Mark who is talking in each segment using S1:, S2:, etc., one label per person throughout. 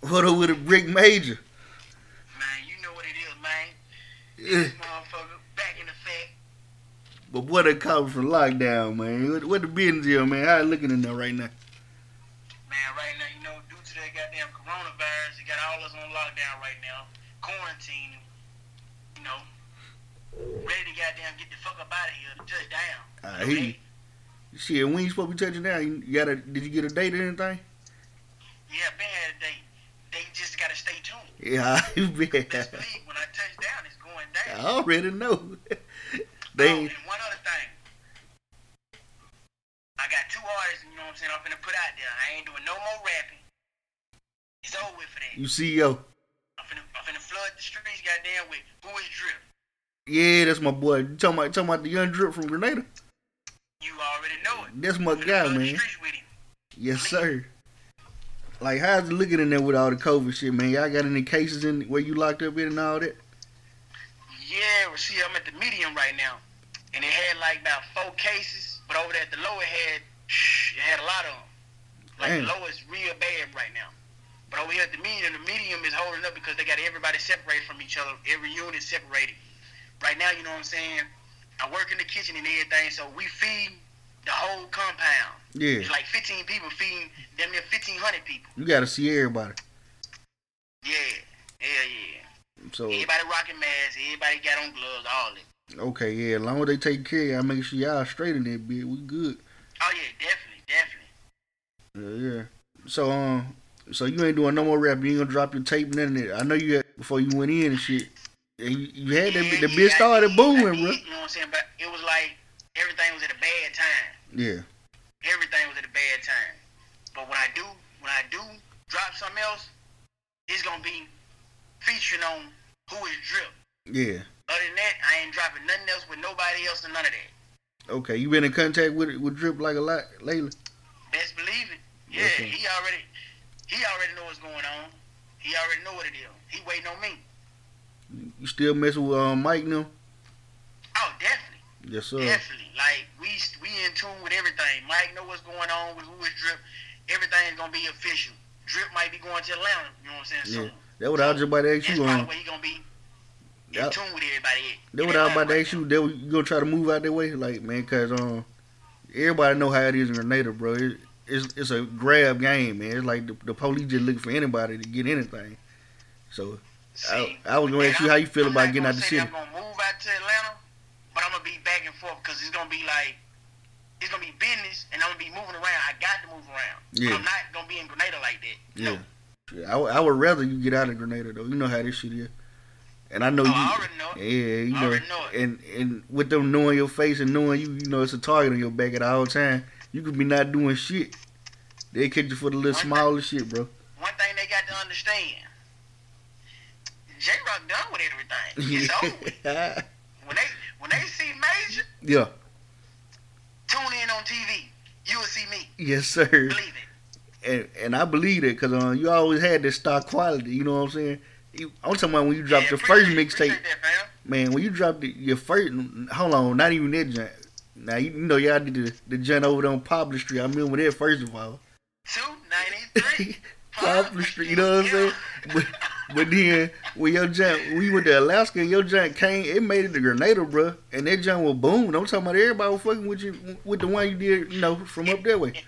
S1: What up with a brick major?
S2: Man, you know what it is, man.
S1: Yeah.
S2: This motherfucker back in effect.
S1: But boy, they coming from lockdown, man. What, what the business here, man? How it looking in there right now?
S2: Man, right now, you know, due to that goddamn coronavirus, it got all us on lockdown right now, quarantine, you know, ready to goddamn get the fuck up out of here to touch down.
S1: I hear you. Shit, when you supposed to be touching down? You got a? Did you get a date or anything?
S2: Yeah, been had a date. They just gotta stay tuned.
S1: Yeah, I bet.
S2: Best believe when I touch down, it's going down.
S1: I already know.
S2: Oh,
S1: they
S2: and one other thing. I got two artists, you know what I'm saying, I'm finna put out there. I ain't doing no more rapping. It's over with for that.
S1: you E see yo.
S2: I'm finna, I'm finna flood the streets, goddamn, with who is drip.
S1: Yeah, that's my boy. You talking about talking about the young drip from Grenada?
S2: You already know it.
S1: That's my
S2: Finna
S1: guy,
S2: flood the
S1: man.
S2: streets with him.
S1: Yes, sir. Like, how's it looking in there with all the COVID shit, man? Y'all got any cases in where you locked up in and all that?
S2: Yeah, well, see, I'm at the medium right now, and it had like about four cases, but over there at the lower it had it had a lot of them. Like
S1: Damn.
S2: the lower is real bad right now, but over here at the medium, the medium is holding up because they got everybody separated from each other. Every unit separated. Right now, you know what I'm saying. I work in the kitchen and everything, so we feed the whole compound.
S1: Yeah,
S2: It's like 15 people feeding damn near 1,500 people.
S1: you gotta see everybody.
S2: Yeah, yeah, yeah.
S1: So,
S2: Everybody rocking masks. Everybody got on gloves. All that.
S1: okay, yeah, as long as they take care of y'all, make sure y'all straight in that bit. We good.
S2: Oh yeah, definitely, definitely.
S1: Yeah, yeah. So, um, so you ain't doing no more rap. You ain't gonna drop your tape, none of that. I know you had, before you went in and shit. And you, you had that, bit- the bitch started booming, bro.
S2: You know what I'm saying? But it was like everything was at a bad time.
S1: Yeah,
S2: Everything was at a bad time. But when I do, when I do drop something else, it's gonna be featuring on who is drip.
S1: yeah.
S2: Other than that, I ain't dropping nothing else with nobody else and none of that.
S1: Okay, you been in contact with with Drip like a lot lately.
S2: Best believe it. Yeah,
S1: Yes, sir.
S2: he already, he already know what's going on. He already know what it is. He waiting on me.
S1: You still messing with um, Mike now?
S2: Oh, definitely.
S1: Yes, sir.
S2: Definitely. Like we we in tune with everything. Mike know what's going on with who is drip. Everything's gonna be official. Drip might be going to Atlanta. You know what I'm saying?
S1: Yeah.
S2: Soon.
S1: That what I was just about to ask
S2: That's
S1: you um,
S2: probably
S1: on.
S2: where he gonna be in
S1: That,
S2: tune with everybody. at.
S1: that what I was about to
S2: Atlanta
S1: ask you. That what- you gonna try to move out that way, like man, cause um, everybody know how it is in Grenada, bro. It, it's it's a grab game, man. It's like the, the police just looking for anybody to get anything. So
S2: right now.
S1: I, I was gonna ask
S2: and
S1: you how
S2: I'm-
S1: you feel
S2: I'm
S1: about
S2: not
S1: getting out
S2: gonna
S1: the
S2: say
S1: city.
S2: that I'm gonna move out to Atlanta, but I'm gonna be back and forth because it's gonna be like it's gonna be business, and I'm gonna be moving around. I got to move around.
S1: Yeah.
S2: I'm not gonna be in Grenada like that.
S1: Yeah. I, w- I would rather you get out of Grenada though. You know how this shit is. And I know
S2: Oh,
S1: you.
S2: I already know it.
S1: Yeah, you
S2: I
S1: know,
S2: already know it.
S1: and and with them knowing your face and knowing you, you know it's a target on your back at all time. You could be not doing shit. They catch you for the little
S2: One thing-
S1: smaller shit, bro.
S2: one thing they got to understand. J Rock done with everything. It's over. with. When they when they see Major,
S1: yeah,
S2: tune in on TV. You will see me.
S1: yes sir.
S2: Believe it.
S1: And and I believe it because um, you always had this stock quality. You know what I'm saying? You, I'm talking about when you dropped
S2: Yeah,
S1: your first
S2: appreciate-
S1: mixtape,
S2: appreciate that, fam.
S1: man. When you dropped it- your first, hold on, not even that joint. Now you, you know y'all did the the joint over there on Poplar Street. I remember that first of all.
S2: 293.
S1: Poplar Street, you know what I'm saying? But, but then when your joint, we went to Alaska, and your joint came, it made it to Grenada, bro, and that joint was booming. I'm talking about everybody was fucking with you with the one you did, you know, from up that way.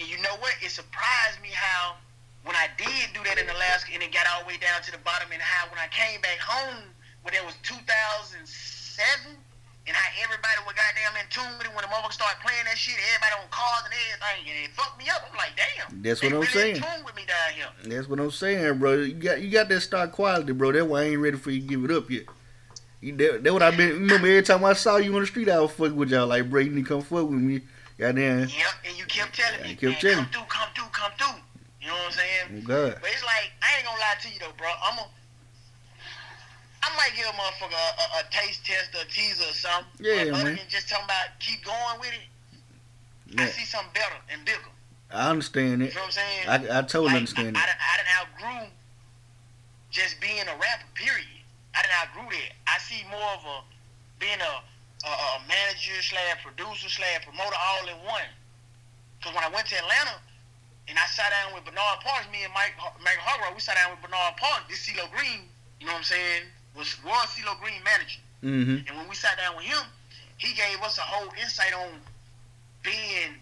S2: And you know what? It surprised me how when I did do that in Alaska and it got all the way down to the bottom and how when I came back home when it was 2007 and how everybody was goddamn in tune with it when the motherfuckers started playing that shit, everybody on cars and everything, and it fucked me up. I'm like, damn.
S1: That's
S2: they
S1: what I'm
S2: really
S1: saying.
S2: in tune with me down here.
S1: And that's what I'm saying, bro. You got you got that stock quality, bro. That's why I ain't ready for you to give it up yet. You, that, that what I been. Remember every time I saw you on the street, I was fucking with y'all like, bro, you need to come fuck with me. Goddamn,
S2: Yep, and you kept telling
S1: Yeah,
S2: me,
S1: you kept telling
S2: man, come through, come through, come through. You know what I'm saying?
S1: oh God,
S2: But it's like I ain't gonna lie to you though, bro. I'm a, I might give a motherfucker a, a, a taste test or a teaser or something.
S1: Yeah,
S2: but other
S1: man.
S2: than just talking about keep going with it,
S1: man,
S2: I see something better and bigger.
S1: I understand
S2: You
S1: it.
S2: know what I'm saying?
S1: I, I totally
S2: Like,
S1: understand it.
S2: I, I, done- I done outgrew just being a rapper. Period. I done outgrew that. I see more of a being a a, a manager slash producer slash promoter all in one. Cause when I went to Atlanta, and I sat down with Bernard Parks. Me and Mike Mike Hargrove, we sat down with Bernard Parks. This CeeLo Green, you know what I'm saying, was was CeeLo Green manager.
S1: Mm-hmm.
S2: And when we sat down with him, he gave us a whole insight on being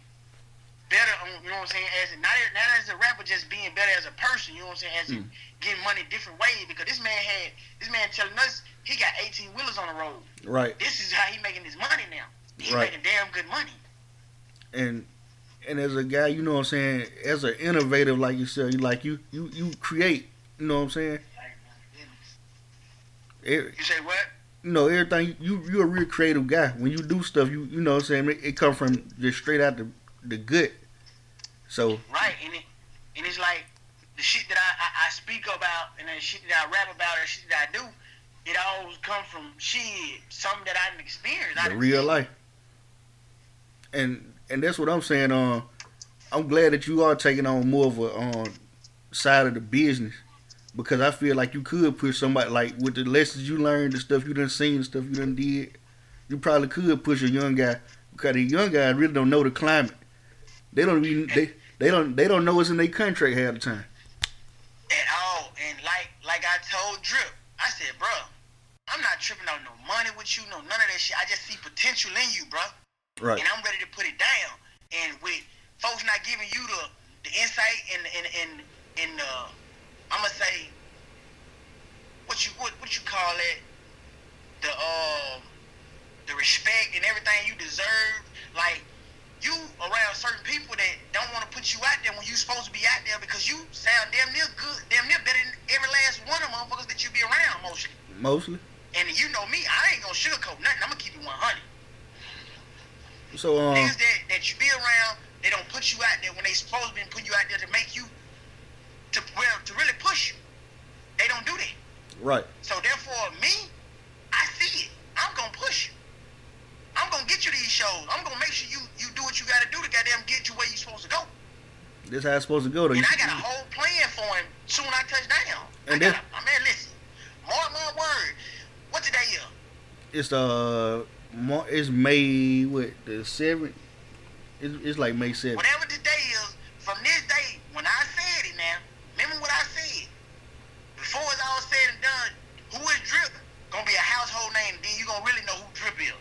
S2: better. On, you know what I'm saying? As a, not as- not as a rapper, just being better as a person. You know what I'm saying? As in getting money different ways. Because this man had this man telling us he got 18 wheelers on the road.
S1: Right.
S2: This is how he making his money now. He
S1: Right.
S2: making damn good money.
S1: and and as a guy, you know what I'm saying, as an innovative like you said, you like you you you create, you know what I'm saying? It,
S2: You say what?
S1: you know everything you you a real creative guy. When you do stuff, you you know what I'm saying, it, it come from just straight out the the gut. So,
S2: Right, and it, and it's like the shit that I, I, I speak about and the shit that I rap about and shit that I do, it always come from shit, something that I didn't experience. I
S1: the
S2: done
S1: real
S2: seen.
S1: life. And and that's what I'm saying. Um, I'm glad that you are taking on more of a um, side of the business because I feel like you could push somebody like with the lessons you learned, the stuff you done seen, the stuff you done did. You probably could push a young guy because the young guy really don't know the climate. They don't even they they don't they don't know what's in their contract half the time.
S2: at all. And like like I told Drip, I said, bro, I'm not tripping on no money with you, no none of that shit. I just see potential in you, bro.
S1: Right.
S2: and I'm ready to put it down. And with folks not giving you the the insight and and and and uh, I'm gonna say what you what what you call it the um the respect and everything you deserve. Like you around certain people that don't want to put you out there when you supposed to be out there because you sound damn near good, damn near better than every last one of motherfuckers that you be around mostly.
S1: Mostly.
S2: And you know me, I ain't gonna sugarcoat nothing. I'm gonna keep it 100.
S1: So um
S2: Niggas that, that you be around, they don't put you out there when they supposed to be putting you out there to make you to well to really push you. They don't do that.
S1: right
S2: So therefore, me, I see it. I'm gonna push you. I'm gonna get you these shows. I'm gonna make sure you you do what you gotta do to goddamn get you where you supposed to go.
S1: this how it's supposed to go. though.
S2: And I got a whole plan for him soon I touch down. I
S1: And
S2: got
S1: that-
S2: a, man, listen. Mark my word. What today is?
S1: it's uh Mar- it's May what the seventh. It's, it's like May seventh.
S2: Whatever the day is, from this day, when I said it now, remember what I said. Before it's all said and done, who is Drip? Gonna be a household name, then you gonna really know who Drip is.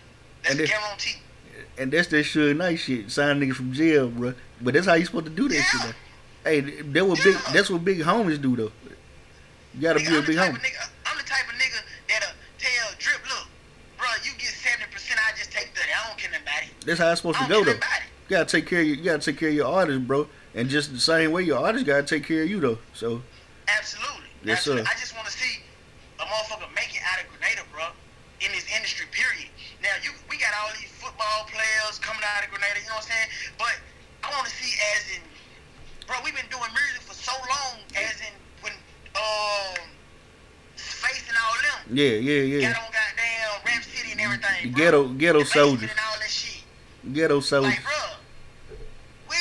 S2: That's
S1: And
S2: a
S1: if-
S2: guarantee.
S1: And that's that Suge Knight shit. Sign niggas from jail, bro. But that's how you supposed to do that shit.
S2: Yeah.
S1: Though. Hey, th- that what big.
S2: Yeah.
S1: That's what big homies do though. You gotta
S2: Nigga,
S1: be a
S2: I'm, the
S1: big
S2: type
S1: homie.
S2: of nigga, I'm the type of nigga that'll tell Drip, look, bro, you get 70%, I just take 30. I don't kill nobody.
S1: That's how it's supposed
S2: I
S1: to
S2: don't
S1: go
S2: kill
S1: though. You
S2: nobody.
S1: gotta take care. Of your, you gotta take care of your artist, bro. And just the same way your artist gotta take care of you though. So
S2: Absolutely.
S1: Yes,
S2: Absolutely.
S1: sir.
S2: I just want to see a motherfucker make it out of Grenada, bro, in this industry, period. Now, you, we got all these football players coming out of Grenada, you know what I'm saying? But I want to see as in, bro, we've been doing music for so long, as in when um, Face and all them
S1: yeah, yeah, yeah.
S2: got on goddamn Rap City and everything, bro.
S1: Ghetto, ghetto
S2: The Basement
S1: soldiers,
S2: and all that shit.
S1: ghetto soldiers.
S2: Like, bro, we,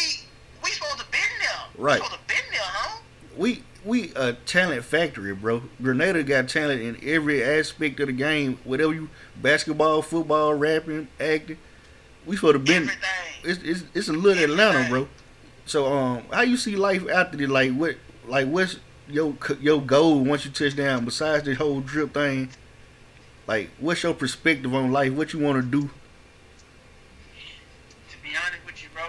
S2: we supposed to been there.
S1: Right.
S2: We supposed to been there, huh?
S1: we we a talent factory, bro. Grenada got talent in every aspect of the game. Whatever you basketball, football, rapping, acting, we supposed to been.
S2: Everything.
S1: It's it's it's a little Atlanta,
S2: Everything.
S1: bro. So um, how you see life after this? Like what? Like what's your c- your goal once you touch down? Besides this whole drip thing, like what's your perspective on life? What you want to do?
S2: to be honest with you, bro,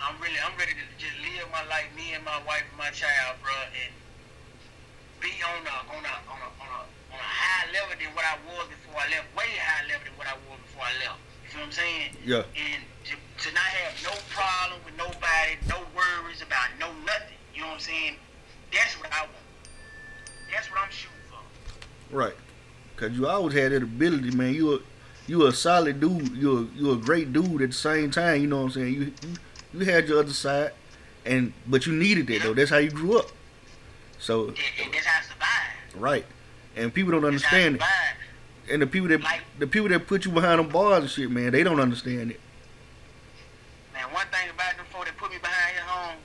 S2: I'm really I'm ready to just live my life, me and my wife and my child, bro, and be on a on a on a on a on a high level than what I was before I left, way high level than what I was before I left. You feel what I'm saying?
S1: Yeah.
S2: And to, to not have no problem with nobody, no worries about no nothing. You know what I'm saying? That's what I want. That's what I'm shooting for.
S1: Right. Cause you always had that ability, man. You a you a solid dude. You a you a great dude at the same time. You know what I'm saying? You you, you had your other side, and but you needed that though. That's how you grew up. So
S2: And, and that's how I survive.
S1: right, and people don't
S2: That's how I
S1: understand it.
S2: survive.
S1: And the people that
S2: Like-
S1: the people that put you behind them bars and shit, man, they don't understand it.
S2: Man, one thing about them four that put me behind his home,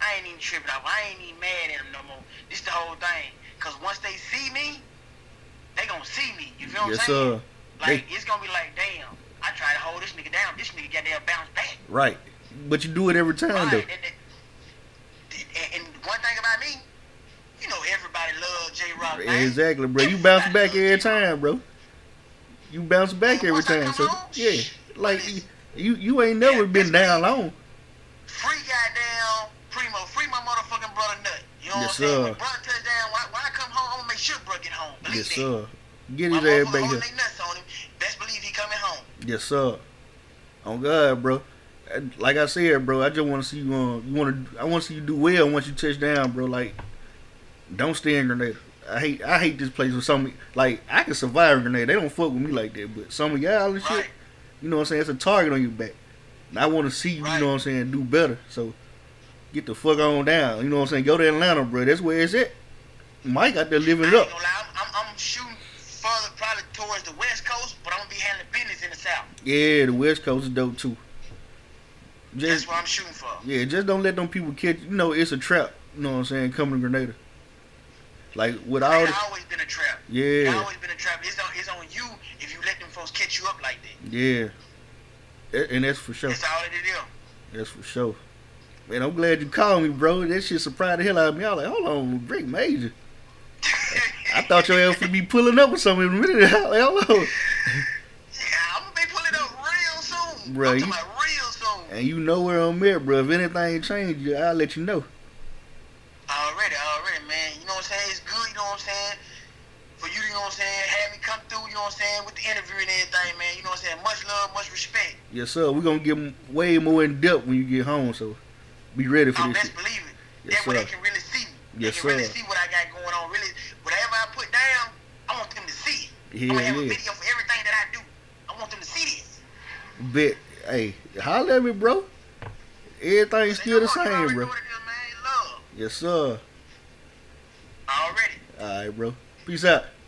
S2: I ain't even tripping off. I ain't even mad at them no more. This the whole thing. Cause once they see me, they gonna see me. You feel
S1: yes,
S2: what I'm saying?
S1: sir.
S2: Like it's gonna be like, damn, I try to hold this nigga down. This nigga got damn bounce back.
S1: Right. But you do it every time
S2: Right.
S1: though.
S2: And, that- and, and one thing about me, you know everybody loves J Rock.
S1: Exactly, bro. You bounce back every time, bro. You bounce back every
S2: Once I
S1: time. So
S2: come home,
S1: yeah, like
S2: shh.
S1: you you ain't never been down long.
S2: Free goddamn Primo, free my motherfucking brother Nut. You know
S1: Yes,
S2: what I'm
S1: sir.
S2: saying? When brother touch down, when I, when I come home, I'm gonna make sure brother get home. Believe
S1: Yes
S2: that.
S1: sir. Get
S2: My
S1: his ass
S2: motherfucker
S1: back
S2: holding
S1: here.
S2: they nuts on him. Best believe he coming home.
S1: Yes sir. On God, bro. And Like I said, bro, I just want to see you. Um, you want to? I want to see you do well once you touch down, bro. Like, don't stay in Grenada. I hate. I hate this place with some. Like, I can survive in Grenada. They don't fuck with me like that. But some of y'all and shit,
S2: Right.
S1: you know what I'm saying? It's a target on your back. And I want to see you.
S2: Right.
S1: You know what I'm saying? Do better. So, get the fuck on down. You know what I'm saying? Go to Atlanta, bro. That's where it's at. Mike out there living
S2: I
S1: it
S2: ain't
S1: up.
S2: gonna lie, I'm, I'm, I'm shooting further probably towards the west coast, but I'm gonna be handling business in the south.
S1: Yeah, the West Coast is dope too. Just
S2: That's what I'm shooting for.
S1: yeah, just don't let them people catch. You know, it's a trap. You know what I'm saying? Coming to Grenada, like with all
S2: It's
S1: the
S2: always been a trap. It's
S1: yeah,
S2: always been a trap. It's on, it's on you if you let them folks catch you up like that.
S1: yeah, A- and that's for sure.
S2: That's all it is.
S1: That's for sure. Man, I'm glad you called me, bro. That shit surprised the hell out of me. I was like, hold on, Brick Major. I thought your ass would be pulling up with something in a minute. I was like, hold on.
S2: Yeah, I'm gonna be pulling up real soon.
S1: Bruh,
S2: I'm
S1: you-
S2: talking about real soon.
S1: And you know where I'm at, bro. If anything changes, I'll let you know.
S2: Already, already, man. You know what I'm saying? It's good, you know what I'm saying? For you, you know what I'm saying? Have me come through, you know what I'm saying? With the interview and everything, man. You know what I'm saying? Much love, much respect.
S1: Yes, sir. We're gonna get m- way more in depth when you get home, so be ready for
S2: I
S1: this shit.
S2: best believe it.
S1: Yes,
S2: that way Oh, they
S1: sir.
S2: can really see me. They
S1: Yes,
S2: can really
S1: sir.
S2: see what I got going on. Really, whatever I put down, I want them to see it. I'm
S1: Hell
S2: gonna have a
S1: yeah.
S2: video for everything that I do. I want them to see this.
S1: Bet. Hey, holler at me, bro. Everything's
S2: Say
S1: still the
S2: no more. You
S1: same,
S2: already
S1: bro.
S2: know what it is, man. Love.
S1: Yes, sir.
S2: Already.
S1: All right, bro. Peace out.